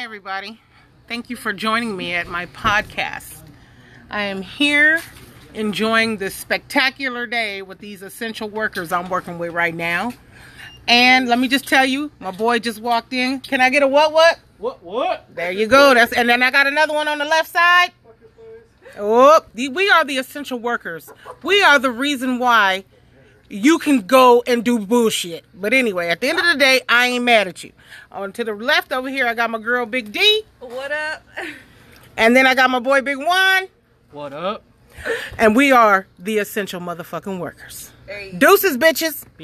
everybody. Thank you for joining me at my podcast. I am here enjoying this spectacular day with these essential workers I'm working with right now. And let me just tell you, my boy just walked in. Can I get a what what? What what? There you go. That's and then I got another one on the left side. Oh, the- we are the essential workers. We are the reason why you can go and do bullshit. But anyway, at the end of the day, I ain't mad at you. On to the left over here, I got my girl Big D, What up? and then I got my boy Big One, What up? and we are the essential motherfucking workers. Deuces, bitches.